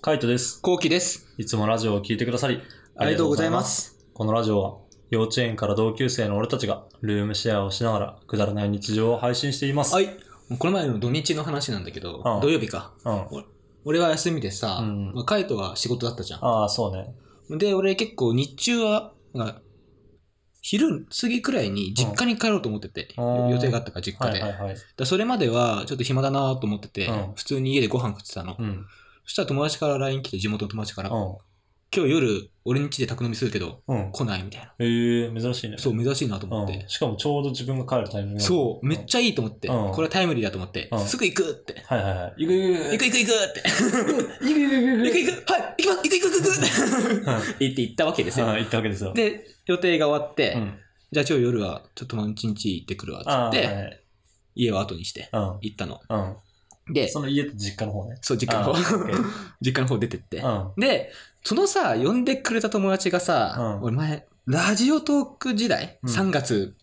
カイトです。コウキです。いつもラジオを聞いてくださり、ありがとうございます。このラジオは、幼稚園から同級生の俺たちが、ルームシェアをしながら、くだらない日常を配信しています。はい。この前の土日の話なんだけど、うん土曜日か。うん。俺は休みでさ、うんまあカイトは仕事だったじゃああ、そうね。ん。で、俺結構日中は、なんか昼過ぎくらいに実家に帰ろうと思ってて、うん予定があったから実家はで。いはいはい。だそれまではちょっと暇だなと思ってて、うん普通に家でご飯食ってたの。うん。うん。そしたら友達から LINE 来て、地元の友達から、今日夜俺ん家で宅飲みするけど、うん。来ないみたいな。ええ珍しいね。そう、珍しいなとう思っんて。しかもちょうど自分が帰るタイミングそう、めっちちゃいいと思って、うんこれはタイムリーだと思って、うんすぐ行くって。ゃ。はいはいはい。行く行く行く行くって。行く行行く行くはい行きます行く行く行く行くは言って行ったわけですいはよ。い。行ったわけですよ。で、予定が終わって、うん。じゃあ今日夜はちょっと毎日行ってくるわっああ、つっはいはて、い。家を後にしてうん。行ったの。うん。で、その家と実家の方ね。そう、実家のあー方オッケー、 実家の方出てってう。ん。で、そのさ、呼んでくれた友達がさ、うん俺前、ラジオトーク時代、うん3月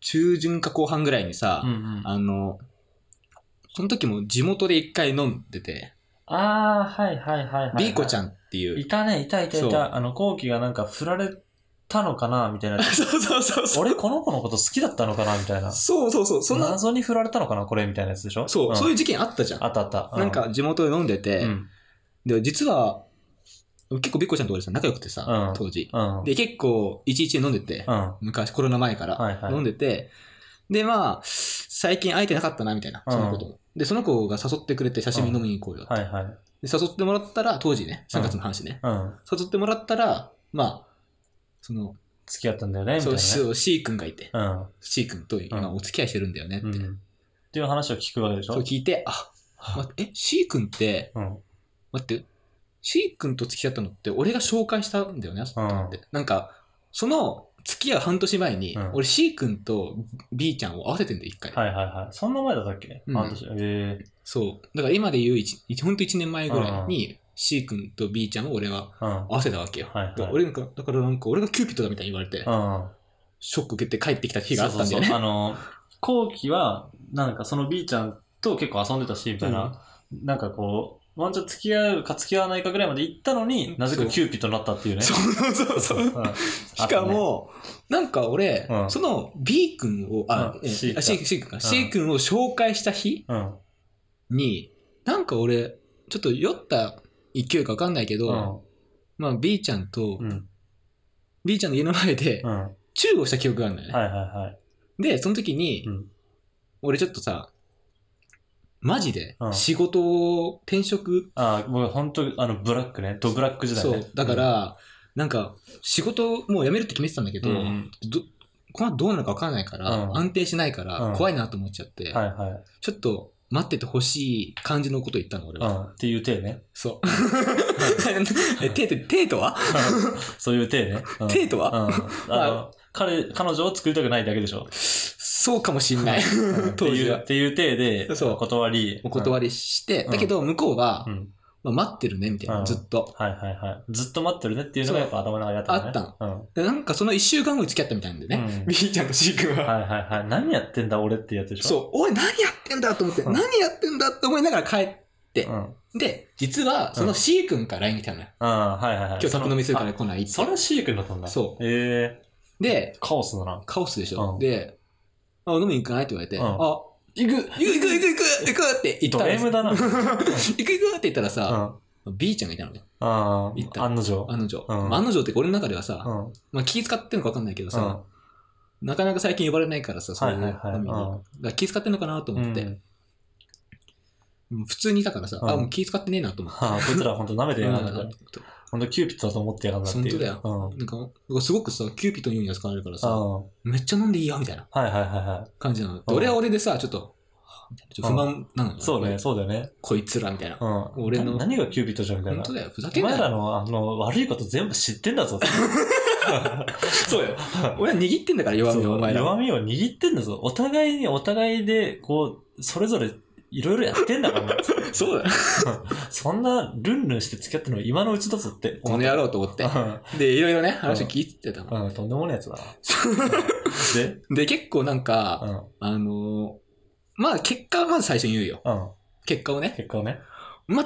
中旬か後半ぐらいにさう、んうん。 あの、その時も地元で一回飲んでて、ああ、はいはいはいはい。ビーコちゃんっていう。いたね、いたいたいそう。た。あの、後期がなんか振られたのかなみたいな そうそうそうそう。俺、この子のこと好きだったのかなみたいな。そうそうそう。そんな、謎に振られたのかなこれみたいなやつでしょそう、そういうう。事件あったじゃん。あったあった。うなん、か地元で飲んでて、うん。で、実は、結構ビッコちゃんと俺さ、仲良くてさ、うん当時。うん。で、結構、いちいち飲んでて、うん。は昔、コロナ前かいら、はい。飲んで、でて、で、まあ、最近会えてなかったな、みたいな、うんそのことも。で、その子が誘ってくれて、写真飲みに行こうよって、はいはい。で、誘ってもらったら、当時ね、3月の話ね、うん。誘ってもらったら、まあ、その、付き合ったんだよねみたいそなう、ね。そう C 君がいて、うん。 C 君とう今んお付き合いしてるんだよねって、うん。っていう話を聞くわけでしょそう聞いて、あ、待ってえ、C 君って、うん。待って、C 君と付き合ったのって俺が紹介したんだよね、と思って。なんか、その付き合う半年前に、うん俺 C 君と B ちゃんを合わせてんだよ、一回。はいはいはい。そんな前だったっけうん半年。ええ。そう。だから今で言う一、一ほんと1年前ぐらいに C 君と B ちゃんを俺はうん。うん。合わせたわけよ。はいはいだから俺なんか、だからなんか俺がキューピットだみたいに言われて、ショック受けて帰ってきた日があったんだよね。そうそうそうあの、後期は、なんかその B ちゃんと結構遊んでたし、みたいな。なんかこう、ワンチャン付き合うか付き合わないかぐらいまで行ったのに、なぜかキューピットになったっていうね。 そうそうそうう。んしか、も、なんか俺、うんその B 君を、あ、うんえ C かあ C, C 君か、C 君を紹介した日、あとねに、なんか俺、ちょっと酔った勢いか分かんないけうど、ん。まあ B ちゃんと、うん。うん。 B ちゃんの家の前でう、ん。はいチューをした記憶があるんだよね。はいはい。で、その時に、うん俺ちょっとさ、マジでうん仕事を転職、ああ、僕本当あの、ブラックね。ドブラック時代そね。う、だから、なんか仕事をもう辞めるって決めてたんだけうど、ん、うん。どこの後どうなるか分かんないから、うん安定しないかうらん怖いなと思っちゃって、はいはい。ちょっと待っててほしい感じのこと言ったの俺うは。ん。っていう体ね。 そう。 え、てて、てとはそういう体ね。うんてとは、うん。あの、彼、彼女を作りたくないだけでしょ。そうかもしんない。うんって当時いう、はっていう体で、そうお断り。お断りして、だけど向こうは、うん。まあ、待ってるね、みたいな、うんずっと。はいはいはい。ずっと待ってるねっていうのがやっぱ頭の中にあったのね。あたでなんかその一週間後に付き合ったみたいなんでうん。ね、うん B ちゃんと C 君は。はいはいはい。何やってんだ俺ってやつでしょ そう、おい、何やってんだと思って、うん何やってんだって思いながら帰っううん。て、実はその C 君から LINE 来たのよ。ああ、はいはいはい。今日宅飲みするからあ来ないってそれシークになったんだ。そうええで、カオスだな。カオスでしょ。うんで、あ、飲みに行かないって言われて、うんあ、行く、行く行く行く行く行くって言っドた M だな。うん。行あく行くって言ったらさ、あ B ちゃんがいたのね、あ行っあ、た案の定。案の定。うんまあ案の定って俺の中ではさう、ん。うん。まあ気遣ってんのか分かんないけどさ、はなかなか最近呼ばれないからさ、そういういはいはい。飲みにだから気遣ってんのかなとうん思っうて、んうん普通にいたからさ、うんあ、もう気遣ってねえなと思って。はあ、こいつら本当舐めてうやんがるな。本当キューピットだと思ってやがるなっていう。本当だようん。なんか、なんかすごくさ、キューピットのように扱われるからあさ、あめっちゃ飲んでいいよ、みたいなはいはいはいは感じなの。でうん俺は俺でさ、ちょっと、はぁみたいなちょっと不満なのよい。そうね、そうだよね。こいつら、みたいな。うん。俺のな何がキューピットじゃんみたい本な当。だよ、ふざおけんな前らよ。のあの悪いこと全部知ってんだぞ。そうよ。俺は握ってんだから、 弱みを、お前らは。弱みを握ってんだぞ。お互いにお互いで、こう、それぞれいろいろやってんだ からな。そうだよ。そんなルンルンして付き合ってるのは今のうちだぞってこの野郎と思って。うで、いろいろね、話聞いてたの。ん、うん、とんでもないやつ だな。で、で、結構なんうか、ん、あのー、まあ結果はまず最初に言うよ。うん、結果をね。結果をね。全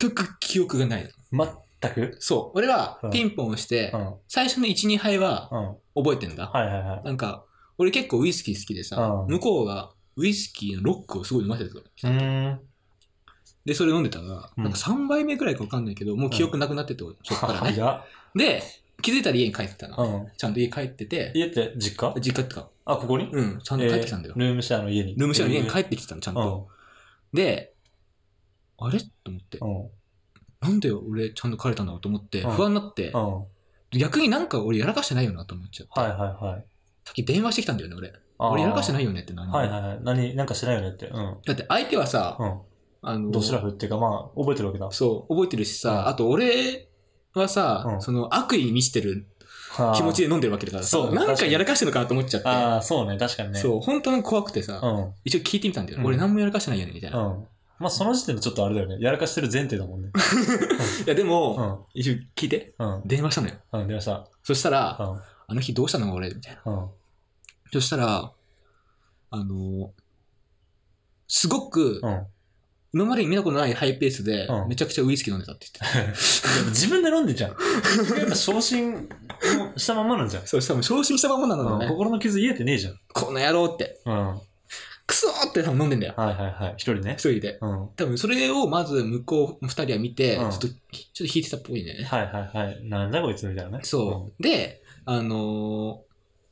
全く記憶がない。全くそう。俺はうんピンポンをしてう、ん。うん。最初の1、2杯はは覚えてんだ。いはいはい。なんか、俺結構ウイスキー好きでさう、ん向こうがウイスキーのロックをすごい飲ませてたのうーん。で、それ飲んでたら、うんなんか3杯目くらいかわかんないけど、もう記憶なくなってて、そっからね。早っで、気づいたら家に帰ってたうの。ん。ちゃんと家帰ってて、家って実家実家ってか、あ、ここにうん、ちゃんと帰ってきたんだよえー。ルームシェアの家に。ルームシェアの家に帰ってってきてたの、ちゃんうと。で、あれと思って、ん。うん。なんで俺ちゃんと帰れたんだろうと思って、うん不安になってう、ん。逆になんか俺やらかしてないよなと思っちゃって。はいはいはい。さっき電話してきたんだよね、俺。あー俺やらかしてないよねって何、はいはいはい。何、なんかしてないよねって。うん。だって相手はさ、うん。あの、ドシラフっていうか、まあ、覚えてるわけだ。そう、覚えてるしさ、うんあと俺はさ、うんその悪意に満ちてるはあ 気持ちで飲んでるわけだからさ、そうな確んかかにやらかしてるのかなと思っちゃって。ああ、そうね、確かにね。う。そう、本当に怖くてさ、ん。一応聞いてみたんだよ。うん俺何もやらかしてないよね、みたいな。いうん。まあ、その時点でちょっとあれだよね。やらかしてる前提だもん ね。や、でも、うん。一応聞いて、うん。電話したのよ。うん。出ました。そしたら、うん。あの日どうしたの俺、みたいな。うん。そしたら、あの、すごく、うん。今までに見たことないハイペースで、うんめちゃくちゃウイスキー飲んでたって言って自分で飲んでんじゃん。やっぱ昇進したまんまなんじゃん た。。そう、しかも昇進したままなのうんね。心の傷癒えてねえじゃん。この野郎って、うん。はいクソーって多分飲んでんだよ。はいはい。一人ね一。人で。うん。はい多分それをまず向こう二人は見て、うんちょっと、ちょっと引いてたっぽいね。はいはい。なんだこいつみたいなね。そうう。で、あのー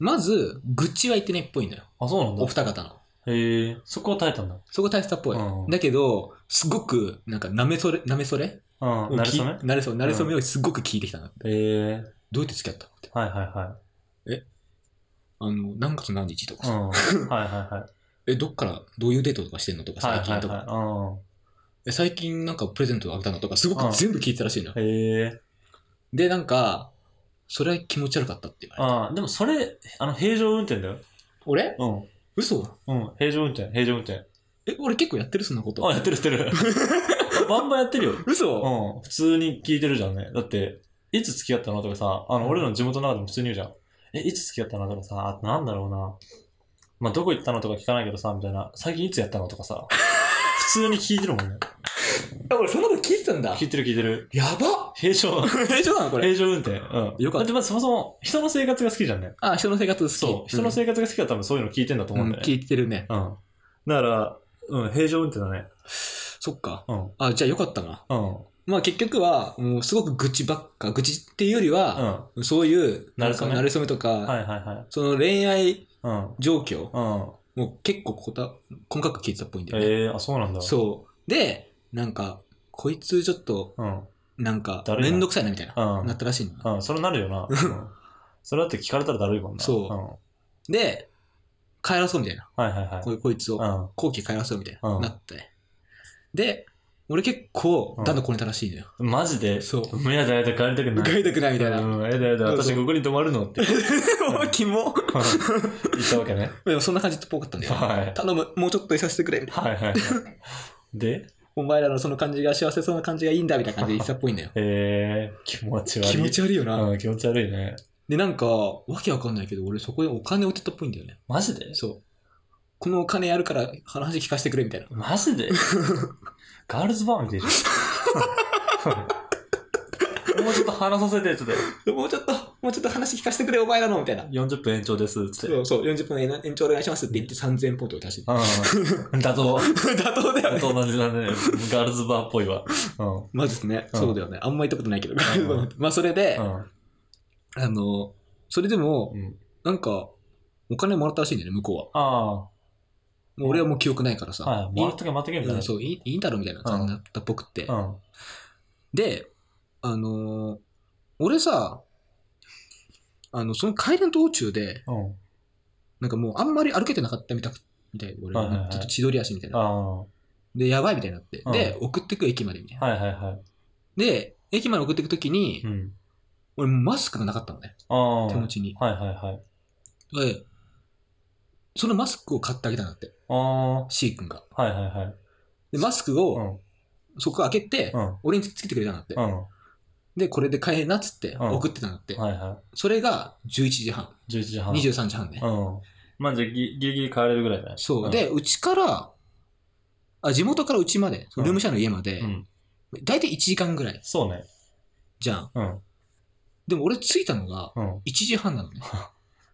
まず、愚痴は言ってないっぽいのよ。ん。あ、そうなんだお。二方の。へえ。そこは耐えたんだ。そこ大切だっぽい。うんだけど、すごく、なんか、なめそれ、なめそれうん。をなる聞いそね。なれそめ。なれそめをすごく聞いてきたな。へえ。どうやって付き合ったのって。はいはいはあの、何月何日とかい。うさ、ん。はいはいはい。え、どっから、どういうデートとかしてんのとか、はい 最は近いとか、はえ最近なんかプレゼントあげたのとか、すごうんく全部聞いてたらしいのよい。う。ん。へえ。で、なんか、それは気持ち悪かったって言われた。ああ、でもそれ、あの、平常運転だよ。俺うん。嘘うん、平常運転、平常運転。え、俺結構やってるそんなことあ、。やってるやって る。バンバンやってるよ。嘘、うん、普通に聞いてるじゃんね。だって、いつ付き合ったのとかさ、あの、俺らの地元の中でも普通に言うじゃん。え、いつ付き合ったのとかさ、あとなんだろうな。まあ、どこ行ったのとか聞かないけどさ、みたいな。最近いつやったのとか さ。普通に聞いてるもんね。え俺そんなこと聞いてたんだ聞いてる聞いてる。や ば平常、大丈夫なのこれ。平常運転。うん。よかだったってまずそもそも、人の生活が好きじゃんね。あ、人の生活好き。そう。人の活、生活が好きだったら多分そういうの聞いてんだとう思うんんだよ聞ね。いてるね。うん。だから、うん、平常運転だね。そっか。うん。あ、じゃあよかったな。うん。まあ結局は、もうすごく愚痴ばっか。愚痴っていうよりうは、ん。そういう、なれなれそそめめなれそめとか、はいはいはい。その恋愛うん。状況、うん。もう結構こた細かく聞いてたっぽいんだよね。ええあ、そうなんだ。う。そう。で、なんか、こいつちょっと、うん。なんかだ、るいなめんどくさいなみたいな、うん。なったらしいの。うん、それなる よな。うんそれだって聞かれたらだるいもんな。そうん。うで、帰らそうみたいな。はいはいはい。こいこいつを。うん。後期帰らそうみたいな、うんなって。で、俺結構、だんだんこねたらしいのよ。マジで、。そうやだやだ、帰りたくない。 帰りたくないみたいな。うん、やだやだ、そうそう私ここに泊まるの って。もうキ言モ。ったわけね。でもそんな感じっぽかったんだよ。はい。頼む、もうちょっといさせてくれ、みたいはな。い はいはい。で、。お前らのその感じが幸せそうな感じがいいんだ、みたいな感じで言ってたっぽいんだよえー、気持ち悪い。気持ち悪いよな。うん、気持ち悪いね。で、なんか、わけわかんないけど、俺そこにお金置いてたっぽいんだよね。マジでそう。このお金やるから話聞かせてくれ、みたいな。マジ でガールズバーみたいじゃん。もうちょっと話させて、つって。もうちょっと、もうちょっと話聞かせてくれ、お前らの、みたいな。 40分延長です、つって。そうそう、40分延延長お願いしますって言って3000ポントを出して。うん。妥当。妥当だよ 妥ね。当な値段だね。ガールズバーっぽいわ。うん。まあですね、うんそうだよね。あんま行ったことないけど。う まあそれで、うあの、それでも、ん。なんか、お金もらったらしいんだよね、向こうは。あもう俺はもう記憶ないからさ。あ、はい。いもらっとけ、もらっとけ、みたいうんな。そう、いいいいんだろみたいな感じだったっぽくって。うん。で、あのー俺さ、あの、その帰りの道中で、うん。なんかもうあんまり歩けてなかったみたくみたい。俺、はいはいはいちょっと千鳥足みたいあな。あ。はで、やばいみたいになって。うんで、送ってく駅までみたいいな。はいはで、駅まで送ってくときにい。う、ん。俺もうマスクがなかったのね、ああ。手持ちに。はいはいはい。で、そのマスクを買ってあげたんだって、ああ。 C 君が。はいはいはい。で、マスクうを、ん。そこ開けて、うん。俺につけてくれたんだってう。ん。で、これで買えなっつって、うん送ってたんだって。はいはそれが11時半、い。11時半。 23時半ね。うん。まあじゃあギリギリ帰れるぐらいだね。そう。ん、で、うちから、あ、地元からうちまで、そのルームシェアの家までう、ん。大体1時間ぐらいそうね。じゃん。うん。でも俺着いたのがうん。 1時半なのね。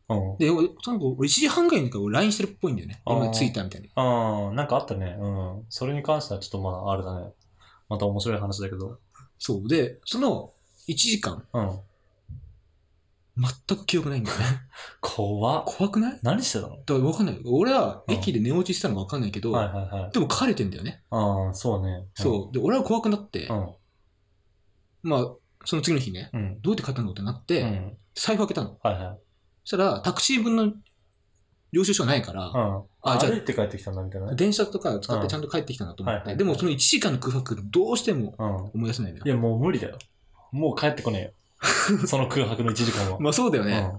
うん。で、俺その子、俺1時半ぐらいになんか俺 LINE してるっぽいんだよね。あー今着いたみたいな。ああ、なんかあったね。うん。それに関してはちょっとまだあれだね。また面白い話だけど。そう。で、その1時間、うん。全く記憶ないんだよね。 怖っ。怖くないだ何してたのから分かんない。俺はうん駅で寝落ちしたのか分かんないけど、はいはいはい。でも書かれてんだよね。ああ、そうね。そう。で、俺は怖くなって、うん。うん。まあ、その次の日ね、うん。どうやって書いたのってなって、うん。財布開けたの。はいはい。そしたら、タクシー分の領収書がないから、うん。あじゃあ歩いて帰ってきたんだみたいなね。電車とか使っうんてちゃんと帰ってきたなと思って、はいはいでもその1時間の空白、どうしてもうん。思い出せないのいよ。や、もう無理だよ。もう帰ってこねえ よ。その空白の1時間は。まあそうだようね。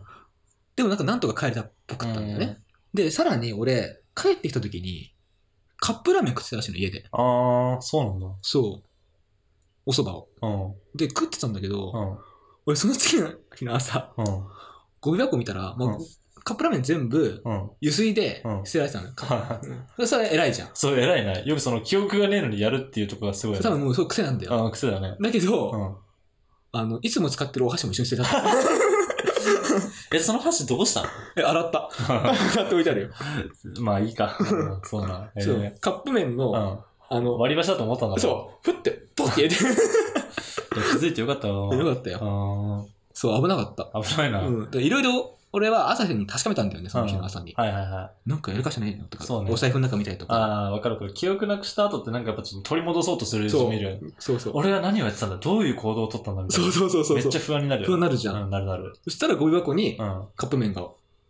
でもなんかなんとか帰れたっぽかったんだよね。で、さらに俺、帰ってきた時に、カップラーメン食ってたらしいの、家で。ん。ああ、そうなんだ。そう。お蕎麦を。うん。で、食ってたんだけど、うん。俺その次の日の朝、うん。ゴミ箱見たら、まあうカップラーメン全部、うん。油水でうん捨てられ てたのよ。はうんそれ偉いじゃん。そう、偉いな。よくその記憶がねえのにやるっていうところがすごい多な。分もうそう癖なんだよ。ああ、癖だね。だけど、うん。あの、いつも使ってるお箸も一緒に捨てた。 え、その箸どうしたのえ、洗った。 洗って置いてあるよ。まあいいか。そうな。え そーう。カップ麺の、うあん。の、割り箸だと思ったんだそう、ふって、ポッて入れて。う。いや気づいてよかったよ。 よかったよ。よ。そう、危なかった。危ないな。はいうん。いろいろ、俺は朝日に確かめたんだよね、その日の朝に。はいはい。なんかやるかしらないのとか、そうねお財布の中見たりとあか。あ、わかるこれ。記憶なくした後ってなんかやっぱちょっと取り戻そうとするそ人う見るよね。そうそう。俺は何をやってたんだどういう行動を取ったんだみたいそな。うそうそうそう。めっちゃそ不安になるよね。不安になるじゃんうん、なるなる。したらゴミ箱にうん。カップ麺が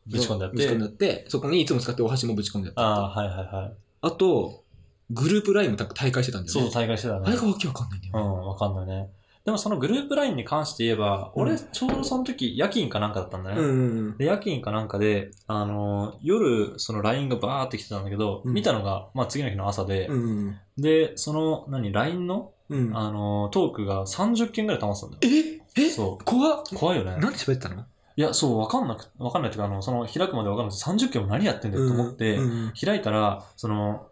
ぶち込んであってぶち込んであって、そこにいつも使ってるお箸もぶち込んであって。ああー、はいはいはい。あと、グループラインも大会してたんだよそうね。そう、大会してたね。あれがわけわかんないんだうよね。ん、わかんないね。でもそのグループラインに関して言えば、うん俺、ちょうどその時、夜勤かなんかだったんだね。うんうんうん。で、夜勤かなんかで、あのー夜、その LINE がバーって来てたんだけど、うん見たのが、まあ次の日の朝で、うんうんで、その、何、LINE の、うん。うんあのートークが30件ぐらい溜まってたんだよ。ええそ怖っ。怖いよね。なんで喋ってたのいや、そう、わかんなく、わかんないっていうか、あの、その、開くまでわかんない。30件も何やってんだよと思って、うんうん開いたら、その、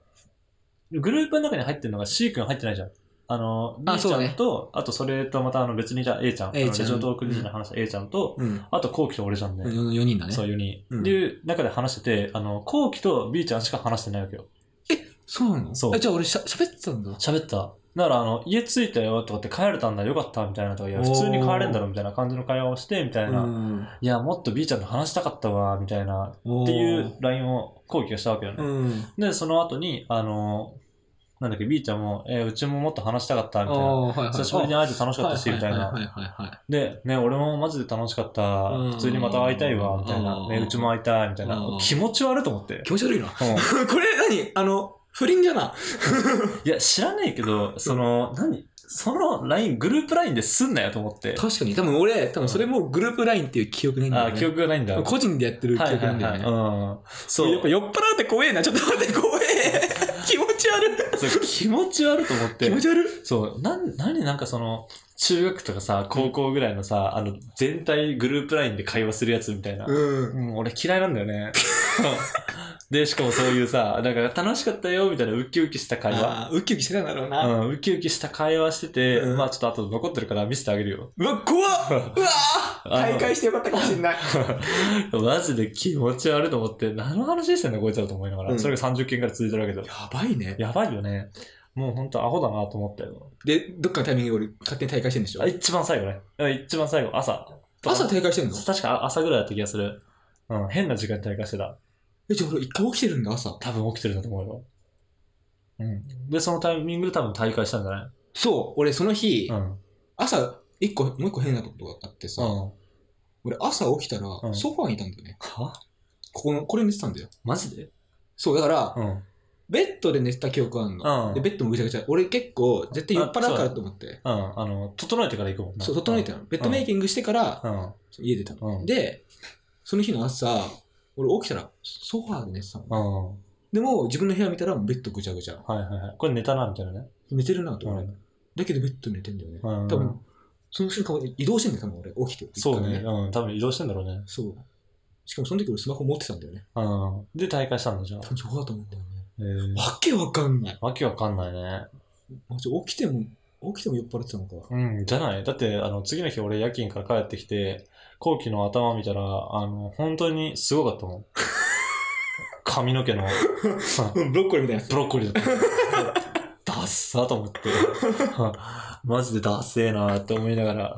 グループの中に入ってるのが C 君入ってないじゃん。あの、あ B ちそうゃねんと、あとそれとまたあの別にじゃあ A ちゃん、 A あのちゃんラジオトーク時の話した A ちゃんと、うん。あと後期と俺じゃんね。 4人だね。そう、4人。うんっていう中で話してて、あの、後期と B ちゃんしか話してないわけよ。そうなのそうえじゃあ俺しゃ喋ってたんだ。喋った。だから、あの、家着いたよとかって帰れたんだよかったみたいなとか、いや、おー普通に帰れんだろみたいな感じの会話をして、みたいな。ん。いや、もっと B ちゃんと話したかったわ、みたいな。っっていう LINE を後期がしたわけよね。うん。で、その後に、あの、なんだっけ、B ちゃんも、えーうちももっと話したかった、みたいな。あーはいはい久しぶりに会えて楽しかったし、みたいはな。いはいはいはいはい。で、ね、俺もマジで楽しかったうん。普通にまた会いたいわ、みたいうな。んね、うちも会いたい、みたいなうん。気持ち悪いと思 って。気持ち悪いな。うんこれ何あの、不倫じゃな。いや、知らないけど、その、何その LINE、グループ LINE ですんなよと思って。確かに。多分俺、多分それもグループラインっていう記憶ないんだよあ、ね。記憶がないんだ。個人でやってる記はい憶はなんいだよはい。ね。うん。そやっぱう。酔っ払うって怖えな。ちょっと待って、 怖え。気持ち悪い。そう気持ち悪いと思って。気持ち悪い。そう、なん、なになんかその、中学とかさ、高校ぐらいのさ、あの、全体グループラインで会話するやつみたいな。うん。うん、俺嫌いなんだよ ね。で、しかもそういうさ、なんか楽しかったよ、みたいなウキウキした会話。あーウキウキしてたんだろううな。ん、ウキウキした会話してて、うんまあちょっと後で残ってるから見せてあげるよ。うわ、怖っうわーあの大会してよかったかもしれない。マジで気持ち悪いと思って、何の話してんだこいつらと思いながら、うんそれが30件からい続いてるわけだよ。 やばいね。やばいよね。もうほんとアホだなと思ったよ。で、どっかのタイミングで俺、勝手に大会してるんでしょあ一番最後ね。一番最後、朝。朝大会してんの確か朝ぐらいだった気がする。うん、変な時間に退化してた。え、じゃあ俺一回起きてるんだ、朝。多分起きてるんだと思うよ。うん。で、そのタイミングで多分退会したんじゃないそう、俺その日、うん。朝、一個、もう一個変なことがあってさ、うん。俺朝起きたら、んソファーにいたんだよね。はここの、これ寝てたんだよ。マジでそう、だから、うん。ベッドで寝てた記憶があるの。うんで、ベッドもぐちゃぐちゃ。俺結構、絶対酔っ払うからと思って。うん。あの、整えてから行くもんな。そう、整えてたの。ベッドメイキングしてから、うん。家出たの。うんで、その日の朝、俺起きたら、ソファーで寝てたの。うん。はいでも、自分の部屋見たら、ベッドぐちゃぐちゃ。はいはい。これネタな、みたいなね。寝てるなと思って。うだけど、ベッド寝てんだよね。うん多分、その瞬間、移動してんだよ、多分俺。起きて。そうね。一回うん。多分移動してんだろうね。そう。しかも、その時俺スマホ持ってたんだよね。うん。で、退会したんだじゃあ多。分そうだと思うんだよね。えーわけわかんない。わけわかんないね。マジ起きても、起きても酔っ払ってたのか。うん、じゃない。だって、あの、次の日俺夜勤から帰ってきて、後期の頭見たら、あの、本当にすごかったもん。髪の毛のブロッコリーみたいなやつ。ブロッコリーだった。ダッサーと 思って。マジでダッセーなーって思いながら、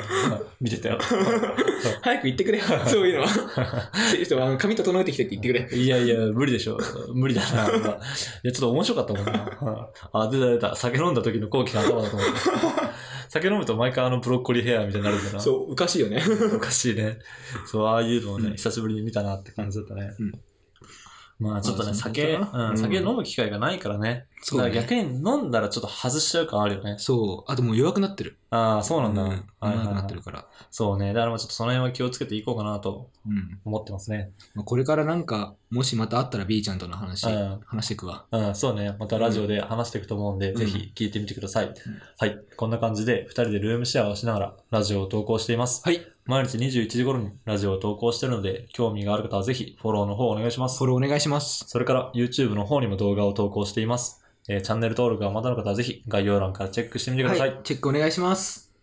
見てたよ。早く行ってくれ。 そういうのは。そういう人は、あの髪整えてきてって言ってくれ。いやいや、無理でしょ。無理だな。いや、ちょっと面白かったもんな。あ、出た出た。酒飲んだ時の後期の頭だと思って。酒飲むと毎回あのブロッコリーヘアみたいになるんだな。そう、おかしいよね。おかしいね。そう、ああいうのをね、うん久しぶりに見たなって感じだったね。うんまあちょっとね、まあそんな酒、感じかなうん、うん酒飲む機会がないからね。そうだだからね。逆に飲んだらちょっと外しちゃう感あるよね。そう。あともう弱くなってる。ああ、そうなんだ。うんはい弱はいくなはっている。から。そうね。だからまあちょっとその辺は気をつけていこうかなとうん。思ってますね。まあこれからなんか、もしまた会ったら B ちゃんとの話、うん話していくわ。うん、そうね。またラジオで話していくと思うんで、うんぜひ聞いてみてください。はい。こんな感じで、二人でルームシェアをしながらラジオを投稿しています。はい。毎日21時頃にラジオを投稿してるので、興味がある方はぜひフォローの方お願いしますフォ。ローお願いします。それから YouTube の方にも動画を投稿しています。えーチャンネル登録がまだの方はぜひ概要欄からチェックしてみてください。チェックお願いします。